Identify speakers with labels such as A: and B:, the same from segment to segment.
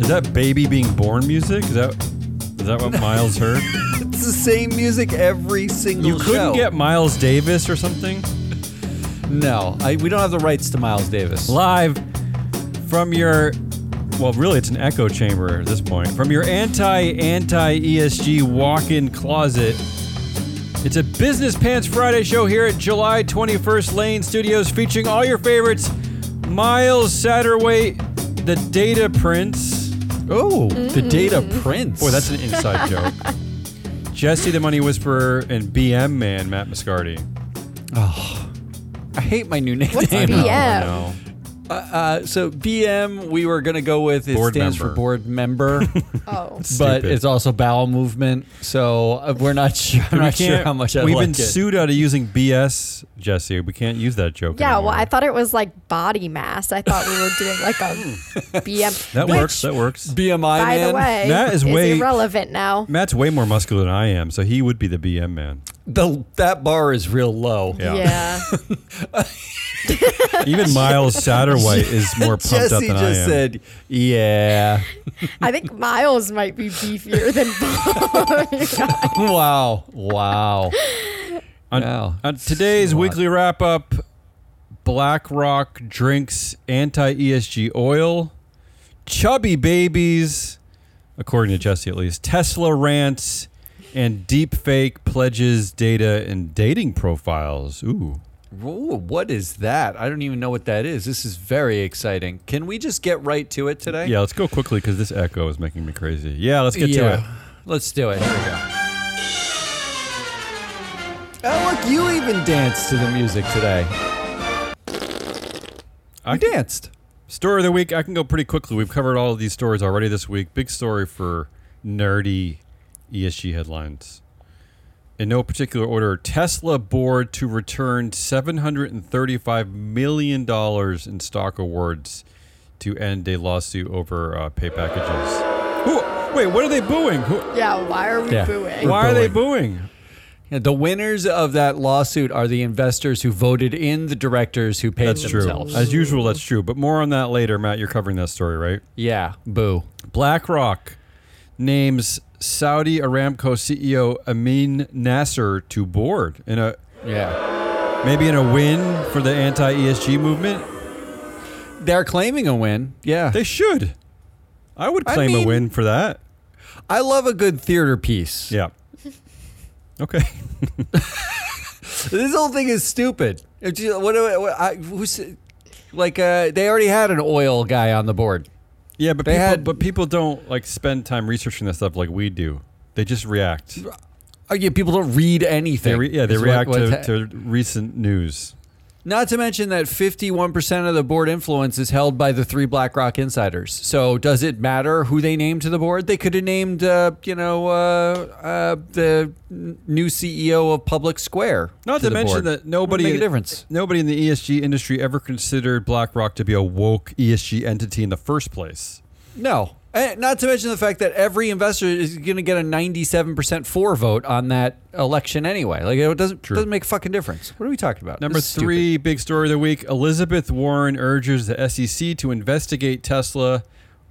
A: Is that baby being born music? Is that is that what Miles heard?
B: It's the same music every single
A: You couldn't
B: show.
A: get Miles Davis or something?
B: no, I, we don't have the rights to Miles Davis.
A: Live from your well, really it's an echo chamber at this point. From your anti anti ESG walk-in closet. It's a Business Pants Friday show here at July 21st Lane Studios featuring all your favorites. Miles Satterway, the Data Prince.
B: Oh, the
C: Mm.
B: Data Prince.
A: Boy, that's an inside joke. Jesse the Money Whisperer and BM Man Matt Mascardi.
B: I hate my new nickname.
C: What's
A: I know, I
C: BM?
A: know.
B: Uh, so BM, we were gonna go with it
A: Board
B: stands
A: member.
B: for board member,
C: Oh,
B: but
A: Stupid.
B: it's also bowel movement. So uh, we're not sure. I'm
A: We
B: not sure
A: can't-
B: how much I
A: We've
B: like
A: been
B: it.
A: sued out of using BS, Jesse. We can't use that joke.
C: yeah. Well,
A: anymore.
C: I thought it was like body mass. I thought we were doing like a BM.
A: Hmm. that
C: which,
A: works. That works.
B: BMI
C: By
B: man.
C: the way,
A: That is way-
C: irrelevant now.
A: Matt's way more muscular than I am, so he would be the BM man.
B: The, that bar is real low.
A: Yeah.
C: Yeah.
A: Even Miles Satterwhite is more pumped up
B: Jesse
A: than I
B: just
A: am.
B: said, "Yeah,
C: I think Miles might be beefier than Bob.
B: wow, wow."
A: on,
B: Wow.
A: on today's weekly wrap up, BlackRock drinks anti ESG oil, chubby babies, according to Jesse at least, Tesla rants, and deep fake pledges data and dating profiles. Ooh.
B: Ooh, what is that? I don't even know what that is. This is very exciting. Can we just get right to it today?
A: Yeah, let's go quickly because this echo is making me crazy. Yeah, let's get to it.
B: Yeah. Let's do it. Here we go. Oh, look, you even danced to the music today.
A: I
B: I
A: can,
B: danced.
A: story of the week, I can go pretty quickly. We've covered all of these stories already this week. Big story for nerdy ESG headlines. In no particular order, Tesla board to return $735 million in stock awards to end a lawsuit over uh, pay packages. Who, wait, what are they booing? Who,
C: yeah. Why are we
B: Yeah.
C: booing?
A: why are they booing?
B: Yeah, the winners of that lawsuit are the investors who voted in the directors who paid
A: That's true.
B: themselves.
A: As usual, that's true. But more on that later, Matt. You're covering that story, right?
B: Yeah, boo.
A: BlackRock names Saudi Aramco CEO Amin Nasser to board in a
B: Yeah.
A: maybe in a win for the anti-ESG movement.
B: They're claiming a win. Yeah.
A: They should. I would
B: I
A: claim a
B: mean-
A: win for that.
B: I love a good theater piece.
A: Yeah. Okay.
B: This whole thing is stupid. It's just- What, do I- what, I, who's, like, uh, they already had an oil guy on the board.
A: Yeah, but
B: They
A: people,
B: had-
A: but people don't like spend time researching that stuff like we do. They just react.
B: Oh, yeah, people don't read anything.
A: They re- yeah, they
B: is what-
A: react
B: what's ha-
A: to, to recent news.
B: Not to mention that 51% of the board influence is held by the three BlackRock insiders. So does it matter who they named to the board? They could have named, uh, you know, uh, uh, the n- new CEO of Public Square.
A: Not to,
B: the
A: mention
B: board.
A: that nobody
B: Wouldn't make a difference.
A: Nobody in the ESG industry ever considered BlackRock to be a woke ESG entity in the first place.
B: No. Eh, Not to mention the fact that every investor is going to get a 97% for vote on that election anyway. Like it doesn't doesn't make a fucking difference. What are we talking about?
A: Number
B: This is stupid.
A: three, big story of the week Elizabeth Warren urges the SEC to investigate Tesla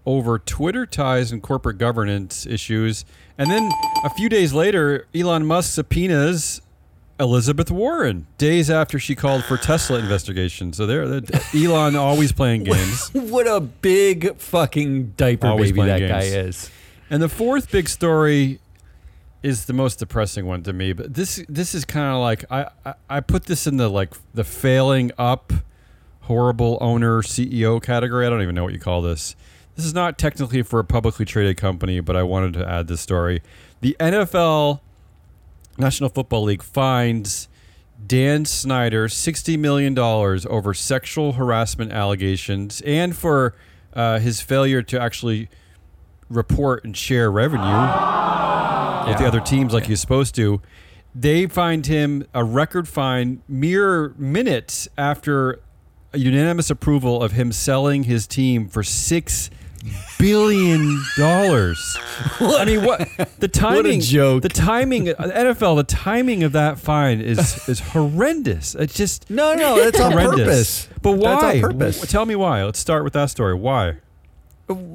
A: over Twitter ties and corporate governance issues. And then a few days later, Elon Musk subpoenas Elizabeth Warren days after she called for Tesla investigation. So there, Elon always playing games.
B: What a big fucking diaper
A: Always
B: baby that
A: playing
B: guy
A: games.
B: is.
A: And the fourth big story is the most depressing one to me. But this this is kind of like I, I I put this in the like the failing up, horrible owner CEO category. I don't even know what you call this. This is not technically for a publicly traded company, but I wanted to add this story. The NFL National Football League fines Dan Snyder $60 million over sexual harassment allegations and for uh, his failure to actually report and share revenue with the other teams like he's supposed to. They find him a record fine mere minutes after a unanimous approval of him selling his team for six billion dollars. I mean, what the timing?
B: joke.
A: The timing, NFL. The timing of that fine is is horrendous. It's just
B: No, no, that's on
A: horrendous.
B: purpose.
A: But why?
B: That's on purpose.
A: W- Tell me why. Let's start with that story. Why?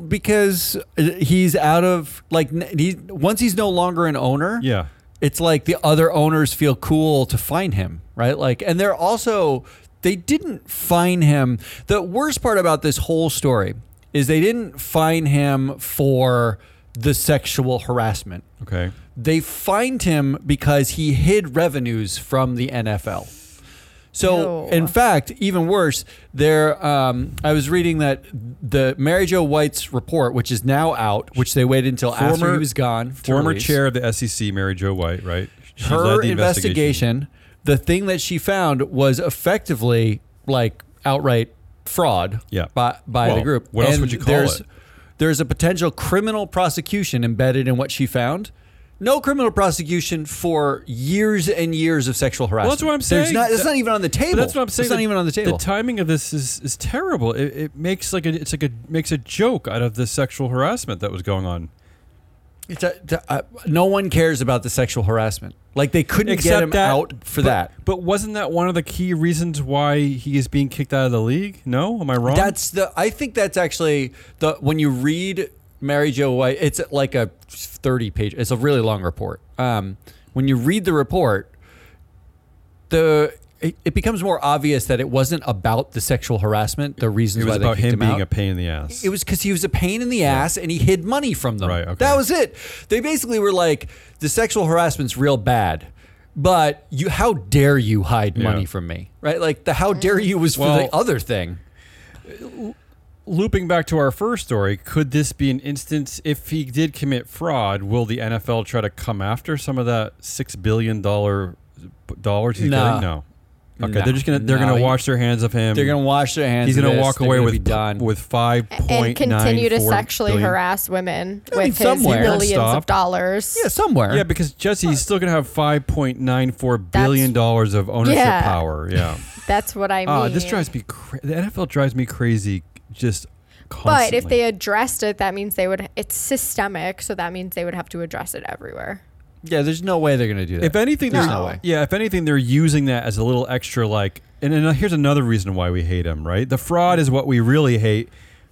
B: because he's out of like n- he once he's no longer an owner.
A: Yeah.
B: it's like the other owners feel cool to find him, right? Like, and they're also they didn't find him. The worst part about this whole story is they didn't find him for the sexual harassment.
A: Okay.
B: They fined him because he hid revenues from the NFL. So,
C: Ew.
B: in fact, even worse, there. Um, I was reading that the Mary Jo White's report, which is now out, which they waited until after
A: Former-
B: he was gone, to
A: Former
B: release
A: chair of the SEC, Mary Jo White, right? She
B: her investigation, the thing that she found was effectively like outright fraud
A: Yeah.
B: by, by
A: Well,
B: the group.
A: what else would you call
B: there's,
A: it?
B: There's a potential criminal prosecution embedded in what she found. No criminal prosecution for years and years of sexual harassment.
A: that's what I'm
B: There's
A: saying.
B: Not, that's
A: That-
B: not even on the table.
A: But that's what I'm saying.
B: It's not even on the table.
A: The timing of this is, is terrible. It, it makes like a, it's like a makes a joke out of the sexual harassment that was going on.
B: It's a- t- uh, no one cares about the sexual harassment. Like they couldn't get
A: Except
B: him
A: that-
B: out for
A: but,
B: that.
A: But wasn't that one of the key reasons why he is being kicked out of the league? No, am I wrong?
B: That's the. I think that's actually the when you read Mary Jo White, it's like a thirty page. It's a really long report. Um, when you read the report, the it, it becomes more obvious that it wasn't about the sexual harassment. The reasons
A: it was
B: why they
A: about
B: kicked
A: him being
B: out.
A: a pain in the ass.
B: It was because he was a pain in the ass and he hid money from them.
A: Right, okay.
B: That was it. They basically were like, the sexual harassment's real bad, but you, how dare you hide money from me? Right? Like the how dare you was for
A: Well-
B: the other thing.
A: Looping back to our first story, could this be an instance if he did commit fraud? Will the NFL try to come after some of that six billion dollar dollars he's
B: Nah.
A: getting? No. Okay,
B: Nah.
A: they're just gonna they're
B: No,
A: gonna
B: he-
A: wash their hands of him.
B: They're gonna wash their hands.
A: he's
B: of
A: gonna
B: this.
A: walk
B: They're
A: away
B: gonna be
A: with
B: done.
A: with five
C: and
A: point
C: continue
A: nine
C: to
A: four
C: sexually
A: billion.
C: harass women
B: I mean,
C: with his
B: somewhere.
C: millions
A: Stop.
C: of dollars.
B: yeah, somewhere.
A: Yeah, because Jesse, he's still gonna have five point nine four billion dollars of ownership
C: Yeah.
A: power. Yeah.
C: That's what I mean.
A: Ah, this drives me. Cra- the NFL drives me crazy. Just.
C: but
A: Constantly.
C: if they addressed it, that means they would. It's systemic, so that means they would have to address it everywhere.
B: Yeah, there's no way they're gonna do that.
A: If anything,
B: There's
A: they're-
B: no way.
A: Yeah, if anything, they're using that as a little extra, like. And, and here's another reason why we hate him, right? The fraud is what we really hate.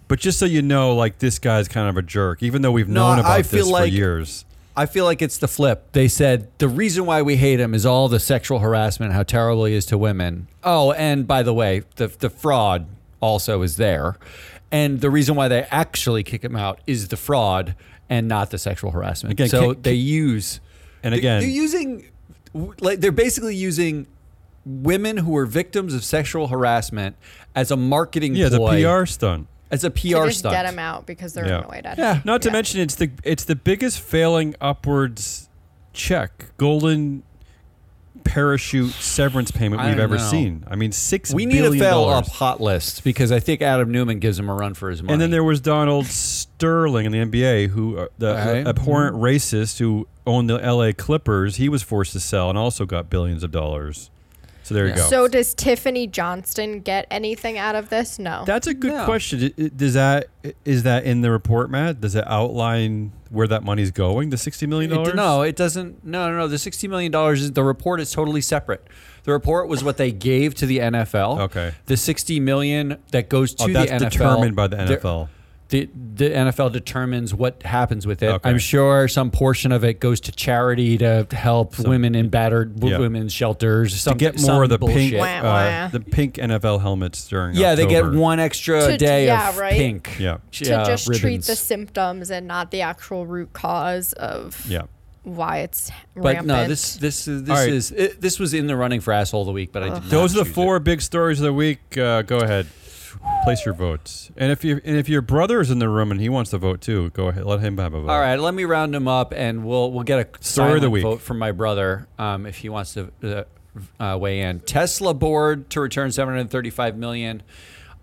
A: But just so you know, like this guy's kind of a jerk, even though we've
B: No,
A: known about
B: I feel
A: this
B: like-
A: for years.
B: I feel like it's the flip. They said the reason why we hate him is all the sexual harassment, how terrible he is to women. Oh, and by the way, the the fraud also is there, and the reason why they actually kick him out is the fraud and not the sexual harassment.
A: Again,
B: so
A: kick-
B: they use
A: And
B: They-
A: again,
B: they're using like they're basically using women who were victims of sexual harassment as a marketing
A: yeah, the
B: ploy,
A: PR stunt.
B: as a
C: To
B: PR
C: just
B: stunt.
C: get them out because they're
A: Yeah.
C: annoyed at
B: Yeah.
C: him.
A: Not to mention, it's the it's the biggest failing upwards check, golden parachute severance payment
B: I
A: we've ever
B: know.
A: seen. I mean, six
B: We need a
A: billion
B: fail
A: dollars.
B: up hot list because I think Adam Newman gives him a run for his money.
A: And then there was Donald Sterling in the NBA, who uh, the
B: Right. Mm-hmm.
A: abhorrent racist who owned the LA Clippers. He was forced to sell and also got billions of dollars. So there you
B: Yeah.
A: go.
C: So does Tiffany Johnston get anything out of this? No.
A: that's a good
B: Yeah.
A: question. I- I- Does that is that in the report, Matt? Does it outline where that money's going? The sixty million
B: It-
A: dollars?
B: no, it doesn't. No, no, no. The sixty million dollars is the report is totally separate. The report was what they gave to the NFL.
A: Okay.
B: The sixty million that goes to
A: Oh, that's
B: the NFL
A: determined by the
B: they're-
A: NFL.
B: The, the NFL determines what happens with it.
A: Okay.
B: I'm sure some portion of it goes to charity to help women in battered
A: Yeah.
B: women shelters.
A: to
B: Some,
A: get
B: some
A: more of the pink,
B: bullshit.
C: Wah,
A: uh,
C: wah.
A: the pink NFL helmets during.
B: Yeah, they get
A: October.
B: one extra
C: To-
B: day
C: yeah,
B: of
C: right.
B: pink.
A: Yeah.
B: sh-
C: to
B: uh,
C: just treat
B: ribbons.
C: the symptoms and not the actual root cause of
A: Yeah,
C: why it's
B: But
C: rampant.
B: no, this this is this
A: All right.
B: is it, this was in the running for asshole of the week, but I did not
A: Those are the
B: choose it.
A: four big stories of the week. Uh, go ahead, place your votes. And if you and if your brother is in the room and he wants to vote too, go ahead. Let him have a vote.
B: All right, let me round them up, and we'll we'll get a
A: Story of the
B: silent
A: week.
B: vote from my brother um, if he wants to uh, uh, weigh in. Tesla board to return 735 million.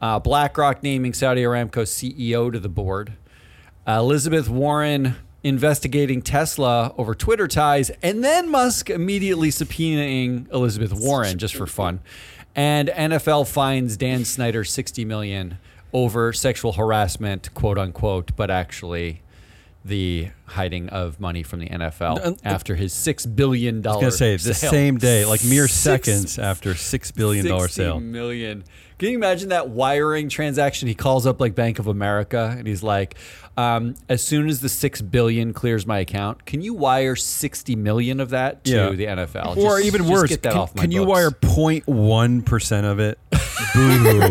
B: Uh, BlackRock naming Saudi Aramco CEO to the board. Uh, Elizabeth Warren investigating Tesla over Twitter ties, and then Musk immediately subpoenaing Elizabeth Warren just for fun. And NFL fines Dan Snyder 60 million over sexual harassment, quote unquote, but actually the hiding of money from the NFL
A: And-
B: after his six billion
A: I
B: dollar
A: was gonna say the
B: sale.
A: same day, like mere
B: Six-
A: seconds after six billion dollar
B: 60
A: sale.
B: million. Can you imagine that wiring transaction? He calls up like Bank of America and he's like, um, as soon as the six billion clears my account, can you wire sixty million of that to
A: Yeah.
B: the NFL?
A: or
B: Just-
A: even
B: just
A: worse,
B: get that
A: can,
B: off my
A: can you
B: books."
A: wire 0.1 percent of it? Boo!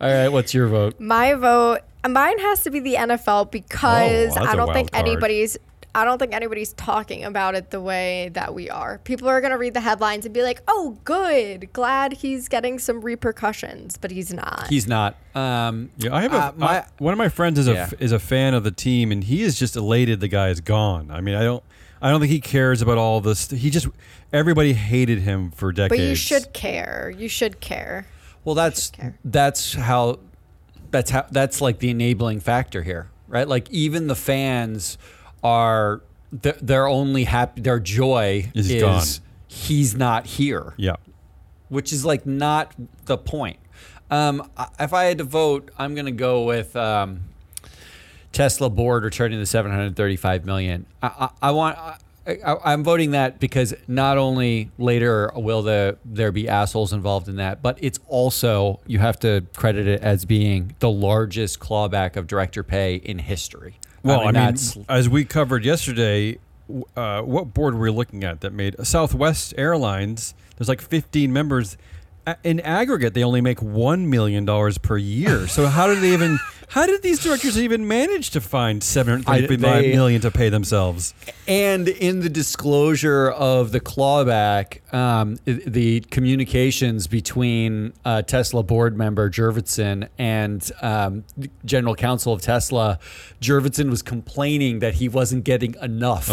B: All right, what's your vote?
C: My vote, mine has to be the NFL because
A: Oh, wow, that's
C: I
A: a
C: don't
A: wild
C: think
A: card.
C: anybody's. I don't think anybody's talking about it the way that we are. People are going to read the headlines and be like, "Oh, good. Glad he's getting some repercussions," but he's not.
B: He's not. Um,
A: Yeah, I have a
B: Uh, my-
A: I- one of my friends is a
B: Yeah.
A: is a fan of the team, and he is just elated the guy is gone. I mean, I don't I don't think he cares about all this. He just everybody hated him for decades.
C: but you should care. You should care.
B: Well, that's
C: care.
B: that's how that's how that's like the enabling factor here, right? Like even the fans are their, their only happy their joy
A: Is
B: is,
A: gone.
B: he's not here,
A: Yeah.
B: which is like not the point. Um, I- if I had to vote, I'm gonna go with um, Tesla board returning the 735 million. I, I, I want. I, I, I'm voting that because not only later will the there be assholes involved in that, but it's also you have to credit it as being the largest clawback of director pay in history.
A: Well, I mean,
B: that's
A: as we covered yesterday, w- uh, what board were we looking at that made Southwest Airlines? There's like 15 members. A- In aggregate, they only make one million dollars per year. So how did they even? How did these directors even manage to find seven hundred
B: I-
A: thirty-five
B: they-
A: million to pay themselves?
B: And in the disclosure of the clawback, um, i- the communications between uh, Tesla board member Jurvetson and um, the general counsel of Tesla, Jurvetson was complaining that he wasn't getting enough.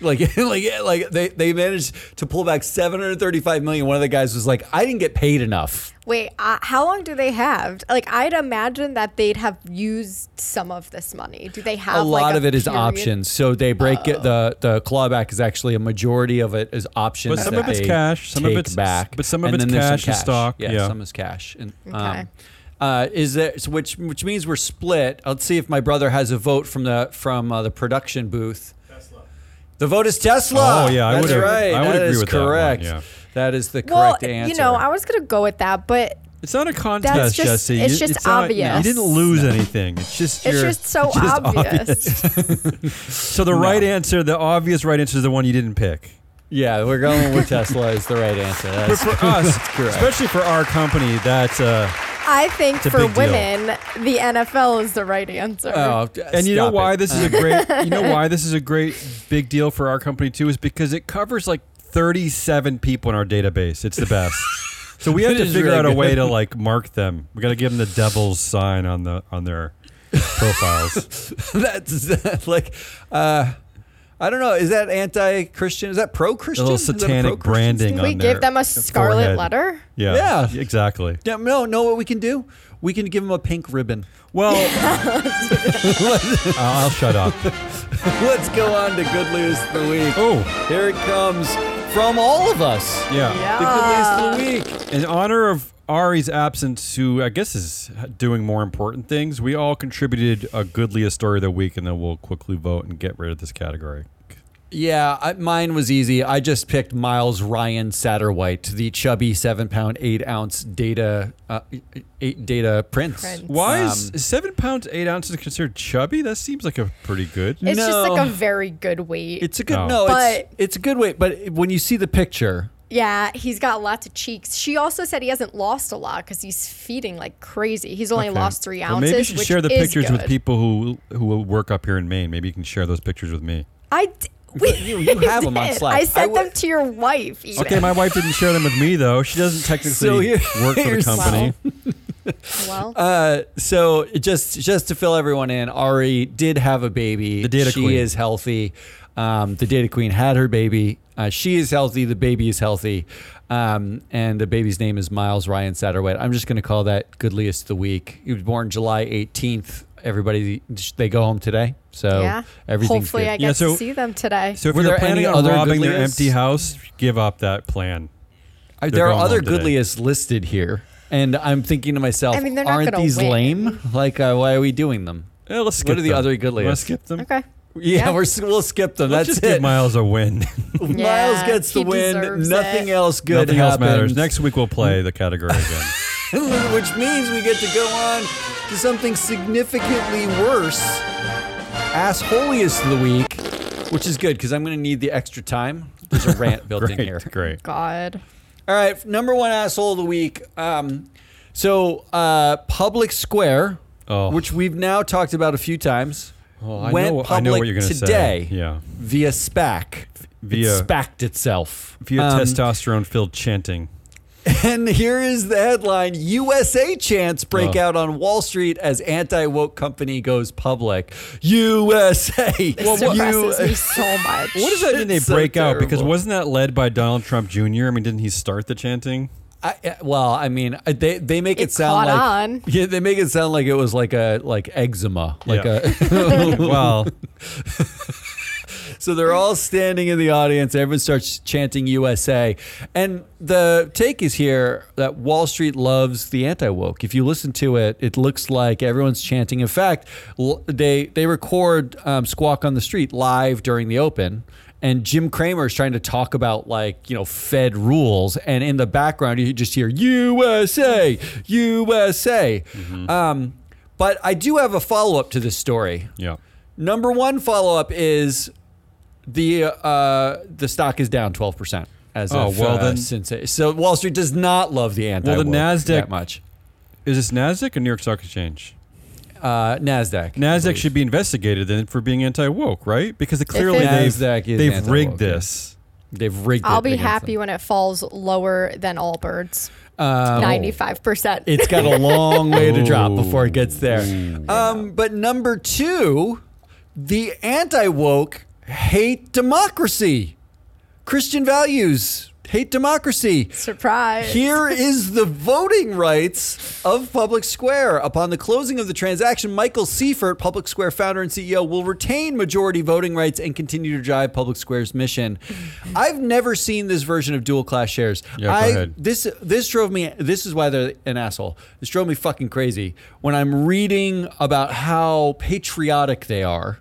B: Like, like, like they, they managed to pull back 735 million. One of the guys was like, I didn't get paid enough.
C: Wait, uh, how long do they have? Like, I'd imagine that they'd have used some of this money. Do they have
B: a lot
C: like,
B: of it is
C: period?
B: options. So they break it. The the clawback is actually a majority of it is options.
A: But some
B: that
A: of it's
B: they
A: cash, some of
B: take
A: it's-
B: back,
A: but some of
B: and
A: it's
B: then there's
A: cash and stock,
B: Yeah,
A: yeah.
B: some is cash. And,
C: Okay.
B: um, uh, is there so which which means we're split. Let's see if my brother has a vote from the from uh, the production booth. The vote is Tesla.
A: Oh, yeah, I
B: that's
A: would ag-
B: right.
A: I would
B: That
A: agree
B: is
A: with that one,
B: correct.
A: yeah.
B: That is the
C: Well,
B: correct answer.
C: you know, I was gonna go with that, but
A: It's not a contest,
C: just-
A: Jesse.
C: it's
A: You-
C: just
A: not-
C: obvious.
A: you didn't lose anything. It's just
C: it's
A: your-
C: just so obvious.
A: So the right answer, the obvious right answer, is the one you didn't pick.
B: yeah, we're going with Tesla is the right answer. That's
A: For us,
B: correct.
A: especially for our company, that's uh,
C: I think
A: a
C: for
A: big deal.
C: women, the NFL is the right answer.
B: oh,
A: and you know
B: stop
A: why
B: it.
A: this is a great you know why this is a great big deal for our company too is because it covers like 37 people in our database it's the best so we have
B: It
A: to
B: is
A: figure
B: really
A: out a way to
B: good.
A: like mark them we got to give them the devil's sign on the on their profiles
B: That's that's like, uh, I don't know. Is that anti-Christian? Is
A: a
B: that pro-Christian?
A: little
B: Is that a
A: satanic
B: pro-Christian
A: branding
C: Can
A: on
C: we
A: their
C: give them a scarlet
A: forehead.
C: letter?
A: yeah
B: Yeah.
A: exactly
B: statement? Yeah, no, know what we can do? We can give him a pink ribbon.
A: well I'll, I'll shut up
B: Let's go on to good news of the week.
A: oh
B: Here it comes from all of us.
A: yeah
B: The good news of the week.
A: In honor of Ari's absence, who I guess is doing more important things, we all contributed a goodliest story of the week, and then we'll quickly vote and get rid of this category.
B: Yeah, I, mine was easy. I just picked Miles Ryan Satterwhite, the chubby seven pound eight ounce data uh, eight data prince.
C: Prince.
A: Why
B: Um,
A: is is seven pounds eight ounces considered chubby? That seems like a pretty good.
C: It's just like a
B: No.
C: very good weight.
B: It's a good
A: No.
B: no. it's,
C: But-
B: it's a good weight, but when you see the picture,
C: yeah, he's got lots of cheeks. She also said he hasn't lost a lot because he's feeding like crazy. He's only lost three
A: Well,
C: ounces.
A: maybe you should
C: which
A: share the
C: is
A: pictures with
C: good.
A: people who who will work up here in Maine. Maybe you can share those pictures with me.
C: I d- we
B: you- you have 'em on
C: did.
B: Slack.
C: I
B: I
C: sent them
B: would-
C: to your wife. Even.
A: Okay, my wife didn't share them with me though. She doesn't technically
B: So here-
A: work for the
B: here's-
A: company.
C: well,
B: uh, so just just to fill everyone in, Ari did have a baby.
A: The data
B: she
A: queen.
B: is healthy. Um, the data queen had her baby. Uh, she is healthy. The baby is healthy, um, and the baby's name is Miles Ryan Satterwhite. I'm just going to call that Goodliest of the week. He was born July 18th. Everybody, they go home today, so
C: yeah.
B: oh, everything's
C: Hopefully,
B: good.
C: I get
A: Yeah, so-
C: to see them today.
A: So if
B: Were
A: you're
B: there
A: planning
B: any
A: on
B: other
A: robbing their
B: Goodlias?
A: empty house, give up that plan.
B: Uh, there
A: going
B: are other
A: home today.
B: goodliest listed here, and I'm thinking to myself,
C: I mean, they're not
B: aren't
C: gonna
B: these
C: win.
B: lame? Like, uh, why are we doing them?
A: Eh, let's skip
B: What are the
A: them.
B: other good
A: Wanna
B: lists?
A: skip them?
C: Okay.
B: Yeah,
C: Yeah.
B: we're s- we'll skip them.
A: Let's
B: That's
A: just
B: it.
A: give Miles a win.
C: Yeah,
B: Miles gets the
C: he
B: win.
C: deserves
B: Nothing
C: it.
B: else good
A: Nothing else matters.
B: happens.
A: Next week we'll play the category again.
B: which means we get to go on to something significantly worse. Assholiest of the week, which is good because I'm going to need the extra time. There's a rant built in here.
A: great, great.
C: God.
B: All right, number one asshole of the week. Um, so uh, Public Square,
A: Oh.
B: which we've now talked about a few times,
A: Well, Oh, I
B: went
A: know,
B: public
A: I know what you're going to
B: today
A: say. Yeah,
B: via SPAC.
A: Via-
B: it SPACed itself
A: via
B: Um,
A: testosterone-filled chanting.
B: And here is the headline USA chants break
A: Oh.
B: out on Wall Street as anti woke company goes public. USA.
C: It suppresses
B: you-
C: me so much.
A: What is that? Did they
B: It's so
A: break out? Because
B: terrible.
A: wasn't that led by Donald Trump Jr.? I mean, didn't he start the chanting?
B: I, I- well, I mean, I- they, they make it,
C: It
B: sound
C: caught
B: like
C: on.
B: yeah, they make it sound like it was like a like eczema, like
A: Yeah.
B: a.
A: well,
B: so they're all standing in the audience. Everyone starts chanting USA, and the take is here that Wall Street loves the anti woke. If you listen to it, it looks like everyone's chanting. In fact, l- they they record um, Squawk on the Street live during the open. And Jim Cramer is trying to talk about like you know Fed rules, and in the background you just hear USA, USA. Um, but I do have a follow up to this story.
A: yeah.
B: Number one follow up is the uh, the stock is down twelve percent as
A: Oh,
B: of
A: well,
B: uh,
A: then-
B: since so Wall Street does not love the anti.
A: the Nasdaq-
B: that much.
A: Is this Nasdaq or New York Stock Exchange?
B: Uh, Nasdaq.
A: Nasdaq should be investigated then for being anti-woke, right? Because clearly
C: is-
A: they've
B: Nasdaq is
A: they've rigged
B: anti-woke, yeah.
A: this.
B: They've rigged.
C: I'll
B: it
C: be
B: against
C: happy
B: them.
C: when it falls lower than Allbirds.
B: Um,
C: Ninety-five percent.
B: It's got a long way to drop
A: Ooh.
B: before it gets there. Um, but number two, the anti woke hate democracy, Christian values hate democracy.
C: surprise.
B: Here is the voting rights of Public Square. Upon the closing of the transaction, Michael Seifert, Public Square founder and CEO, will retain majority voting rights and continue to drive Public Square's mission. I've never seen this version of dual class shares.
A: Yeah, go
B: I,
A: ahead.
B: This this drove me. This is why they're an asshole. This drove me fucking crazy when I'm reading about how patriotic they are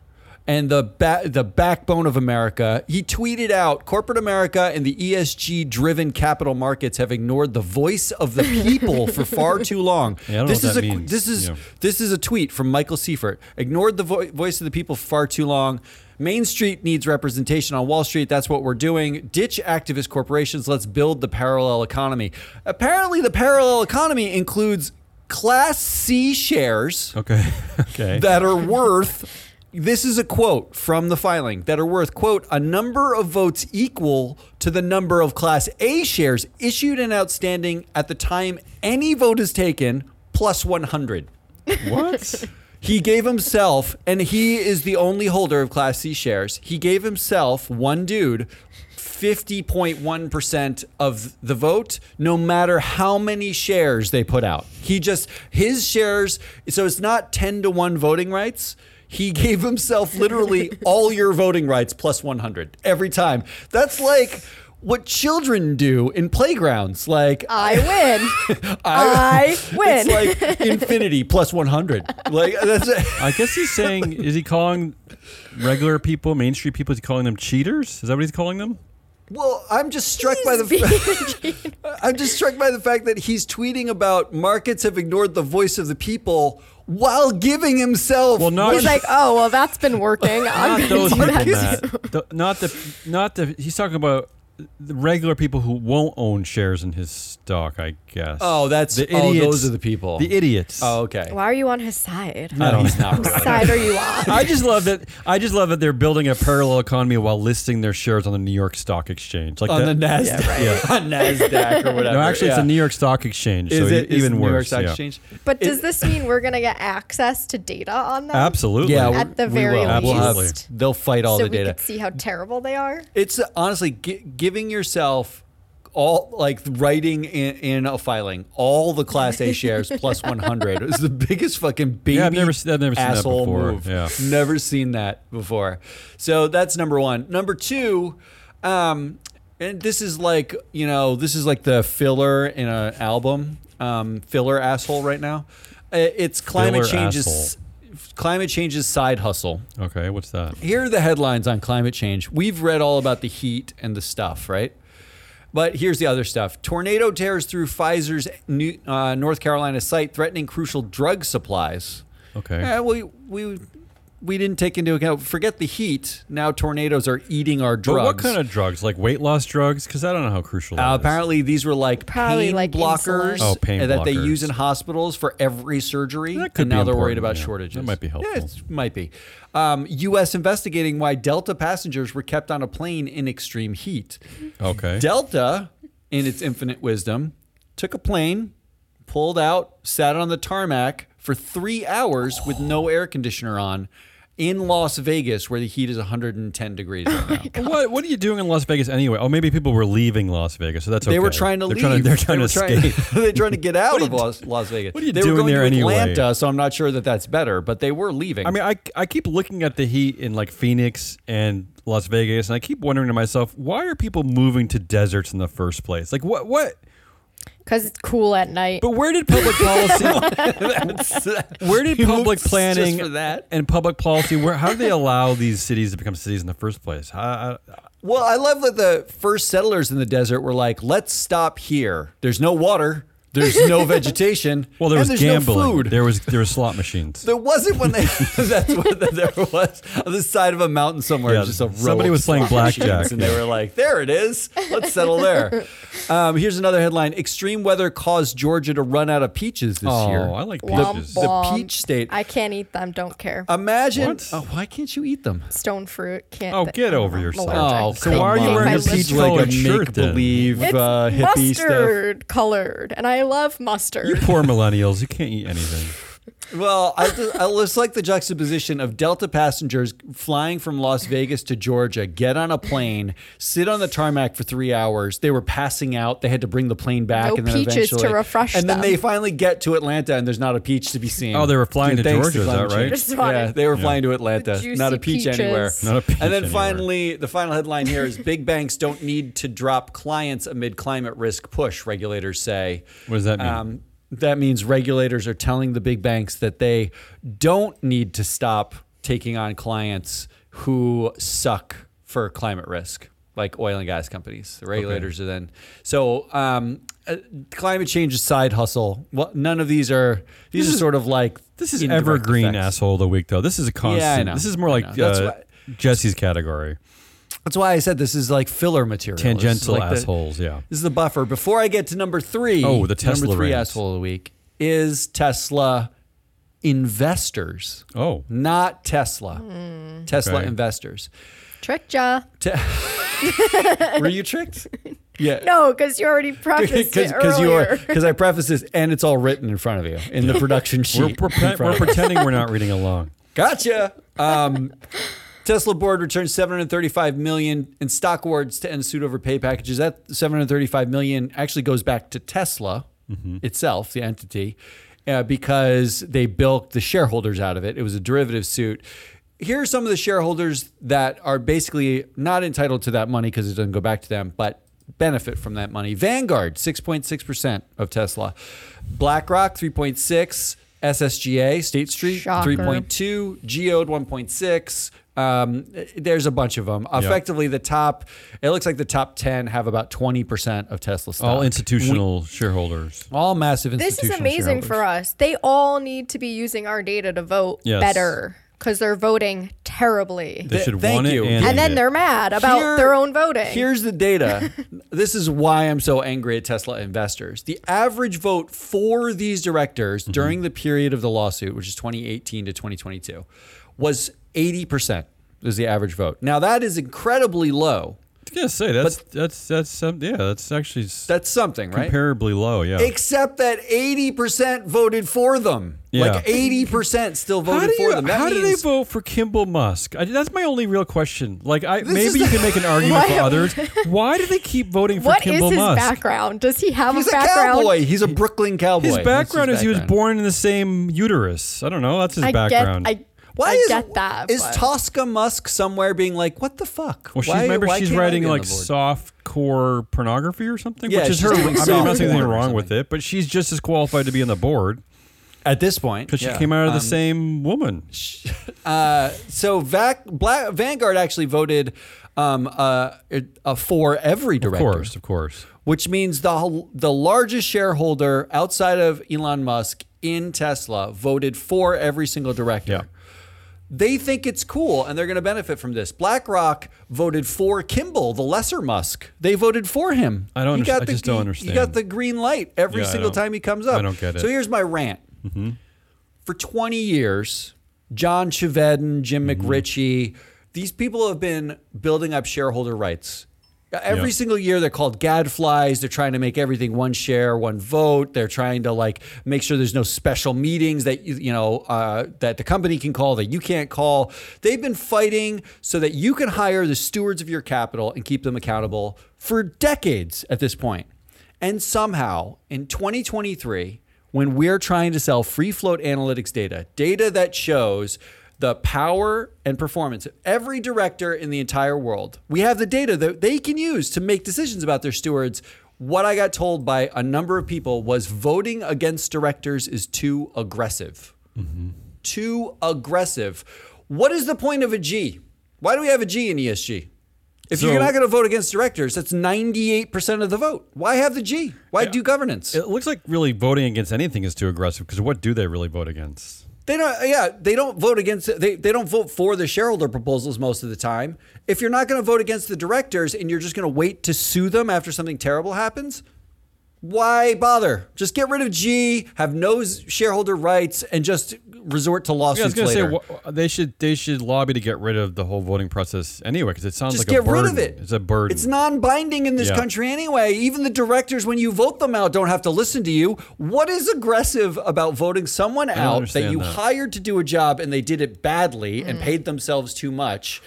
B: and the ba- the backbone of America. He tweeted out, "Corporate America and the E ESG-driven capital markets have ignored the voice of the people for far too long."
A: Yeah, I don't know
B: this
A: what
B: is
A: that
B: a
A: means.
B: this is
A: Yeah.
B: this is a tweet from Michael Seifert. Ignored the vo- voice of the people for far too long. Main Street needs representation on Wall Street. That's what we're doing. Ditch activist corporations. Let's build the parallel economy. Apparently, the parallel economy includes Class C shares
A: Okay, okay.
B: that are worth this is a quote from the filing that are worth quote a number of votes equal to the number of class a shares issued and outstanding at the time any vote is taken plus 100
A: what?
B: he gave himself and he is the only holder of class c shares he gave himself one dude 50.1% of the vote no matter how many shares they put out he just his shares so it's not 10 to 1 voting rights he gave himself literally all your voting rights plus 100 every time that's like what children do in playgrounds like
C: I win. I Uh, win.
B: it's like infinity plus 100 like that's it
A: I guess he's saying, is he calling regular people, Main Street people, is he calling them cheaters? Is that what he's calling them?
B: Well, I'm just struck by the
C: He's
B: fa- I'm just struck by the fact that he's tweeting about markets have ignored the voice of the people while giving himself
A: Well, not-
C: He's like, oh well, that's been working.
A: Not
C: I'm gonna
A: those
C: do
A: people,
C: that
A: Matt.
C: too."
A: The- not the, not the. He's talking about the regular people who won't own shares in his stock. I guess.
B: Oh, that's-
A: the
B: oh,
A: idiots.
B: those are the people.
A: The idiots.
B: Oh, okay.
C: Why are you on his side?
A: I don't
B: He's
A: know.
B: not
C: Whose
B: really.
C: side are you on?
A: I just love that. I just love that they're building a parallel economy while listing their shares on the New York Stock Exchange. Like
B: on
A: that,
B: the Nasdaq, on Nasdaq or whatever.
A: No, actually, it's
B: yeah.
A: the New York Stock Exchange. so e-
B: Is it is
A: even
B: the
A: worse.
B: New York Stock
A: yeah.
B: Exchange?
C: But
B: Is-
C: does this mean we're gonna get access to data on them?
A: Absolutely.
B: yeah,
C: At
B: we-
C: the
B: we
C: very
B: will. We'll have-
C: least.
B: they'll fight all
C: So
B: the
C: we
B: data.
C: could see how terrible they are.
B: It's honestly gi- giving yourself all like writing in, in a filing all the Class A shares plus 100 is the biggest fucking baby.
A: Yeah, I've never se- I've never seen that
B: asshole
A: before.
B: Move.
A: Yeah.
B: never seen that before. So that's number one. Number two, um, and this is like you know this is like the filler in an album, um, filler asshole right now. Uh, It's climate
A: Filler
B: change
A: asshole.
B: is climate change's side hustle.
A: Okay, what's that?
B: Here are the headlines on climate change. We've read all about the heat and the stuff, right? But here's the other stuff. Tornado tears through Pfizer's new, uh, North Carolina site, threatening crucial drug supplies.
A: Okay.
B: Eh, we we we didn't take into account. Forget the heat. Now tornadoes are eating our drugs.
A: But what kind of drugs? Like weight loss drugs? Because I don't know how crucial. that
B: Uh,
A: is.
B: apparently, these were like
C: Probably
B: pain
C: like
B: blockers
C: insulin.
A: Oh, pain
B: that they
A: blockers.
B: use in hospitals for every surgery.
A: That could
B: and
A: be
B: now they're worried
A: important,
B: about
A: yeah.
B: shortages.
A: That might be helpful.
B: Yeah, it might be. Um, U.S. investigating why Delta passengers were kept on a plane in extreme heat.
A: okay.
B: Delta, in its infinite wisdom, took a plane, pulled out, sat on the tarmac for three hours with no air conditioner on in Las Vegas, where the heat is 110 degrees right now.
A: What What are you doing in Las Vegas anyway? Oh, maybe people were leaving Las Vegas, so that's okay.
B: They were trying to
A: They're
B: leave.
A: Trying they're trying
B: They
A: to
B: were
A: escape.
B: they're trying to get out of Las, Las Vegas.
A: what are you
B: they were
A: doing
B: going
A: there
B: to
A: anyway?
B: Atlanta, so I'm not sure that that's better, but they were leaving.
A: I mean, I, I keep looking at the heat in like Phoenix and Las Vegas, and I keep wondering to myself, why are people moving to deserts in the first place? Like, what what?
C: because it's cool at night.
A: But where did public policy?
B: uh,
A: where did public
B: moved just
A: planning
B: for that?
A: and public policy? Where how do they allow these cities to become cities in the first place? I, I,
B: well, I love that the first settlers in the desert were like, let's stop here. There's no water. There's no vegetation.
A: well, there
B: and
A: was
B: there's
A: gambling.
B: No food.
A: There was there were slot machines.
B: There wasn't when they. that's what the, there was on the side of a mountain somewhere.
A: Yeah,
B: just a row
A: somebody
B: of
A: was playing
B: slot machines,
A: blackjack,
B: and they were like, "There it is. Let's settle there." Um, here's another headline: Extreme weather caused Georgia to run out of peaches this
A: oh,
B: year.
A: I like
C: Womp
A: peaches.
B: the
C: womp.
B: peach state.
C: I can't eat them. Don't care.
A: Um,
B: Imagine.
A: What?
B: Oh, why can't you eat them?
C: Stone fruit can't.
A: Oh,
C: th-
A: get
C: I'm
A: over yourself.
C: allergic.
A: Oh, So
C: I
A: why are you
C: hate
A: wearing
C: my
A: a
C: lips.
A: peach colored shirt then?
B: make-believe
C: It's
B: uh, hippie stuff?
C: mustard colored, and I love mustard.
A: You poor millennials, you can't eat anything.
B: Well, I, just- I just like the juxtaposition of Delta passengers flying from Las Vegas to Georgia, get on a plane, sit on the tarmac for three hours. They were passing out. They had to bring the plane back.
C: No
B: and then
C: peaches to
B: eventually,
C: refresh
B: And then
C: them.
B: they finally get to Atlanta, and there's not a peach to be seen.
A: Oh, they were flying to
B: thanks
A: Georgia, is
B: climate
A: that right?
B: change.
C: Just
B: Yeah,
C: wanted
B: they were flying to Atlanta.
C: the
B: Not a
C: juicy
B: peach anywhere.
C: peaches.
A: Not a peach
B: And then
A: anywhere.
B: finally, the final headline here is: Big banks don't need to drop clients amid climate risk push. Regulators say.
A: What does that mean?
B: Um, that means regulators are telling the big banks that they don't need to stop taking on clients who suck for climate risk, like oil and gas companies. The regulators are then so. Um, uh, climate change is side hustle. Well, none of these are. These
A: This
B: are
A: is-
B: sort of like
A: This is
B: indirect
A: evergreen
B: effects.
A: asshole of the week though. This is a constant.
B: know.
A: This is more
B: I
A: like
B: know. That's
A: uh,
B: why-
A: Jesse's category.
B: That's why I said this is like filler material. This is
A: Tangential
B: like the-
A: assholes. yeah.
B: This is the buffer. Before I get to number three,
A: Oh, the Tesla
B: number three
A: rant.
B: asshole of the week is Tesla investors,
A: Oh,
B: not Tesla.
C: Hmm.
B: Tesla
A: Okay.
B: investors.
C: Tricked ya.
B: Te- Were you tricked? Yeah.
C: No, because you already prefaced it
B: you are
C: earlier.
B: because I preface this and it's all written in front of you in the production
A: we're,
B: sheet.
A: we're,
B: in front
A: we're
B: of you.
A: pretending we're not reading along.
B: Gotcha. Um, Tesla board returns 735 million in stock awards to end suit over pay packages. That 735 million actually goes back to Tesla itself, the entity, uh, because they bilked the shareholders out of it. It was a derivative suit. Here are some of the shareholders that are basically not entitled to that money because it doesn't go back to them, but benefit from that money. Vanguard, 6.6% of Tesla. BlackRock, 3.6. SSGA, State Street,
C: Shocker.
B: 3.2 two, geode 1.6. Um, there's a bunch of them. Effectively, the top, it looks like the top 10 have about 20% of Tesla stock.
A: All institutional shareholders.
B: All massive
C: This is
B: institutional
C: amazing for us. They all need to be using our data to vote
A: Yes.
C: better because they're voting terribly.
A: They
B: Th-
A: should
B: thank
A: want it
B: you.
A: and,
C: and then
A: hate it.
C: they're mad about
B: Here-
C: their own voting.
B: Here's the data. this is why I'm so angry at Tesla investors. The average vote for these directors
A: Mm-hmm.
B: during the period of the lawsuit, which is 2018 to 2022, was 80%. Is the average vote. Now that is incredibly low.
A: I was gonna say that's that's that's some, yeah. That's actually s-
B: That's something, right?
A: comparably low. Yeah.
B: Except that 80% voted for them. Like
A: Yeah.
B: 80% still voted
A: how do you,
B: for them. That
A: how do they
B: means-
A: vote for Kimball Musk? I, that's my only real question. Like, I
B: is
A: maybe you
B: the-
A: can make an argument for
C: Why-
A: others. Why do they keep voting for
C: what is
A: Kimball
C: his
A: Musk?
C: background? Does he have
B: He's
C: a
B: a
C: background?
B: cowboy. He's a Brooklyn cowboy.
A: His
B: That's
A: background is he was
B: background.
A: born in the same uterus. I don't know. That's his
C: I
A: background.
C: get. I,
B: Why
C: I
B: is,
C: get that.
B: is
C: but-
B: Tosca Musk somewhere being like, what the fuck?
A: well, she's
B: Why-
A: remember
B: why
A: she's
B: can't I
A: writing
B: be on
A: like
B: the board?
A: soft core pornography or something,
B: Yeah,
A: which is
B: she's
A: her. I
B: doing
A: mean, I'm not
B: soft
A: saying anything
B: porn or
A: wrong with
B: something.
A: it, but she's just as qualified to be on the board.
B: At this point,
A: because
B: yeah.
A: she came out of the
B: Um,
A: same woman.
B: Uh, so Vac- Black- Vanguard actually voted um, uh, it- uh, for every
A: Of
B: director,
A: course, of course.
B: which means the whole- the largest shareholder outside of Elon Musk in Tesla voted for every single director.
A: Yeah.
B: They think it's cool and they're going to benefit from this. BlackRock voted for Kimball, the lesser Musk. They voted for him.
A: I don't
B: He
A: underst-
B: got
A: I just don't
B: He got
A: understand.
B: the green light every
A: Yeah, I
B: single
A: don't-
B: time he comes up.
A: I don't get it. Mm-hmm.
B: So here's my rant for 20 years, John Chevedden, Jim
A: Mm-hmm.
B: McRitchie, these people have been building up shareholder rights. Every
A: Yeah.
B: single year, they're called gadflies. They're trying to make everything one share, one vote. They're trying to like make sure there's no special meetings that you, you know uh, that the company can call that you can't call. They've been fighting so that you can hire the stewards of your capital and keep them accountable for decades at this point. And somehow in 2023, when we're trying to sell free float analytics data, data that shows the power and performance of every director in the entire world, we have the data that they can use to make decisions about their stewards. What I got told by a number of people was voting against directors is too aggressive. Too aggressive. What is the point of a G? Why do we have a G in ESG? If you're
A: So-
B: not going to vote against directors, that's 98% of the vote. Why have the G? Why do governance?
A: It looks like really voting against anything is too aggressive. Because what do they really vote against?
B: They don't. uh, Yeah, they don't vote against. They they don't vote for the shareholder proposals most of the time. If you're not going to vote against the directors and you're just going to wait to sue them after something terrible happens, why bother? Just get rid of G, have no s- shareholder rights, and just resort to
A: Yeah, I was
B: lawsuits
A: gonna
B: later.
A: say wha- uh, they should they should lobby to get rid of the whole voting process anyway because it sounds
B: just
A: like
B: get
A: a burden.
B: rid of it.
A: It's a burden.
B: It's non-binding in this
A: Yeah.
B: country anyway. Even the directors, when you vote them out, don't have to listen to you. What is aggressive about voting someone out that
A: understand
B: you
A: that.
B: hired to do a job and they did it badly
C: Mm.
B: and paid themselves too much,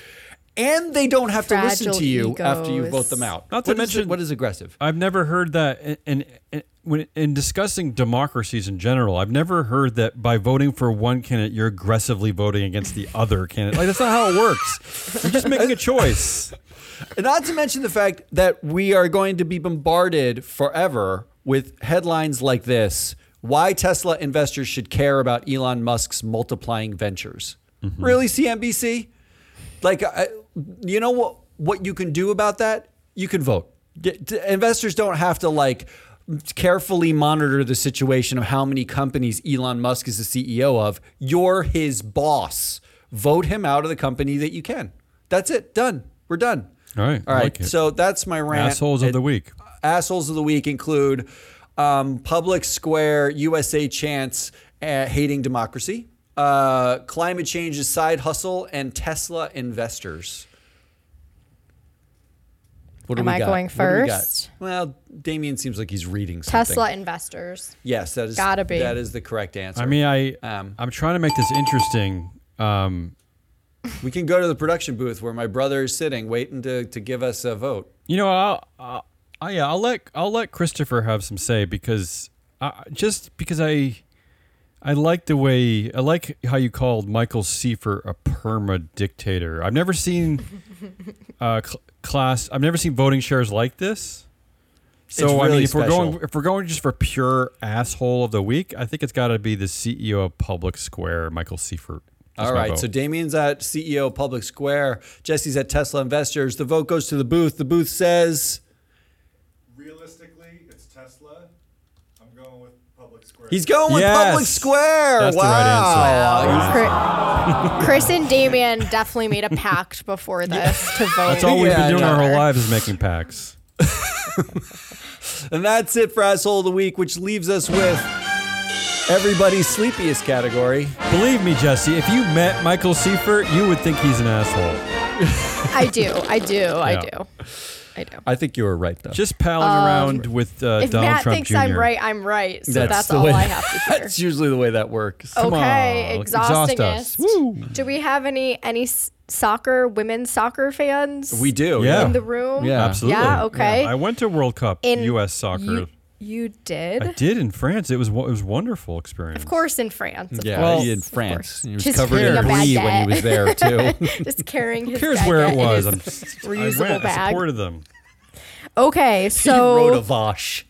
B: and they don't have to listen
C: Fragile
B: to you after you
C: egos.
B: vote them out?
A: Not to
B: What is-
A: mention-
B: what is aggressive.
A: I've never heard that in, in, in when in discussing democracies in general. I've never heard that by voting for one candidate you're aggressively voting against the other candidate. Like that's not how it works. You're just making a choice.
B: And Not to mention the fact that we are going to be bombarded forever with headlines like this Why Tesla investors should care about Elon Musk's multiplying ventures. Really, CNBC? Like, I, you know what, what you can do about that? You can vote. Get, t- investors don't have to, like, carefully monitor the situation of how many companies Elon Musk is the CEO of. You're his boss. Vote him out of the company that you can. That's it. Done. We're done.
A: All right,
B: All
A: I
B: right.
A: like it.
B: so that's my rant.
A: Assholes of
B: It-
A: the week.
B: Assholes of the week include um, Public Square, USA Chance, uh, hating democracy, uh, climate change's side hustle, and Tesla investors. What do
C: Am
B: we
C: I
B: got?
C: going
B: What do we got?
C: first?
B: Well, Damien seems like he's reading something.
C: Tesla investors.
B: Yes, that is
C: Gotta be.
B: That is the correct answer.
A: I mean, I
B: Um,
A: I'm trying to make this interesting. Um,
B: we can go to the production booth where my brother is sitting, waiting to, to give us a vote.
A: You know, I'll, I'll, I, yeah, I'll let I'll let Christopher have some say because I, just because I I like the way I like how you called Michael Seifer a perma dictator. I've never seen uh, cl- class. I've never seen voting shares like this. So
B: It's
A: I mean,
B: really
A: if we're going
B: special.
A: if we're going just for pure asshole of the week, I think it's got to be the CEO of Public Square, Michael Seifer. That's
B: All
A: my
B: right.
A: vote.
B: So Damien's at CEO of Public Square. Jesse's at Tesla Investors. The vote goes to the booth. The booth says
D: Realistically, it's Tesla. I'm going with Public Square.
B: he's going with
A: Yes.
B: Public Square.
A: That's the
B: wow.
A: right answer.
B: He's-
C: Chri- Chris and Damien definitely made a pact before this to vote.
A: that's all we've
B: Yeah,
A: been doing
B: no.
A: our whole lives is making packs.
B: And that's it for Asshole of the Week, which leaves us with everybody's sleepiest category.
A: Believe me, Jesse, if you met Michael Seifert, you would think he's an asshole.
C: I do. I do. I
A: Yeah.
C: do. I do.
B: I think you were right though.
A: Just palling around with uh,
C: Um, If
A: Donald
C: Matt
A: Trump
C: thinks
A: Jr.
C: I'm right, I'm right. So
B: That's
C: that's,
B: the
C: all
B: way-
C: I have to Oh. hear.
B: that's usually the way that works.
A: Come
C: okay,
A: on,
C: exhausting
A: exhaust us.
C: us. Do we have any any s- soccer women's soccer fans?
B: We do.
A: Yeah.
C: in the room.
B: Yeah.
A: Absolutely.
C: Yeah, okay.
A: I went to World Cup
C: In
A: U.S. soccer.
C: You, you did.
A: I did in France. It was wo- it was wonderful experience.
C: Of course, in France. Of
B: Yeah,
C: course,
B: he in
C: of
B: France.
C: course.
B: He was
C: Just
B: covered in
C: carrying a
B: glee when he
C: baguette.
B: was there too.
C: Just carrying his.
A: Who cares where
C: baguette
A: it
C: in
A: was?
C: his
A: I'm just, I
C: reusable
A: went. I
C: bag.
A: supported them.
B: he
C: Okay,
B: wrote a
C: so
B: Vosh.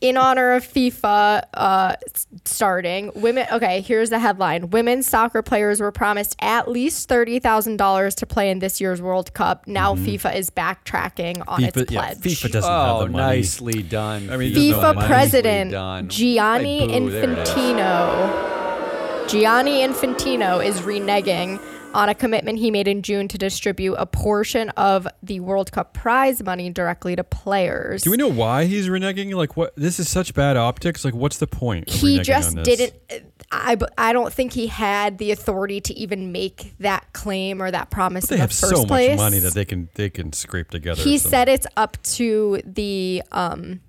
C: in honor of FIFA, uh, s- starting women okay here's the headline women soccer players were promised at least $30000 to play in this year's world cup now
B: Mm-hmm.
C: fifa is backtracking on
A: FIFA,
C: its
A: yeah,
C: pledge
A: FIFA doesn't have
B: Oh,
A: the money.
B: nicely done.
A: I mean, There's no
C: FIFA
A: money.
C: president Gianni
B: Like, boo, there it is.
C: Infantino. Gianni Infantino is reneging on a commitment he made in June to distribute a portion of the World Cup prize money directly to players.
A: Do we know why he's reneging? Like, what? This is such bad optics. Like, what's the point? of reneging
C: he
A: on
C: just
A: this?
C: didn't. I, I don't think he had the authority to even make that claim or that promise
A: They
C: in the
A: have
C: first
A: so
C: place.
A: much money that they can they can scrape together.
C: he
A: some-
C: said it's up to the um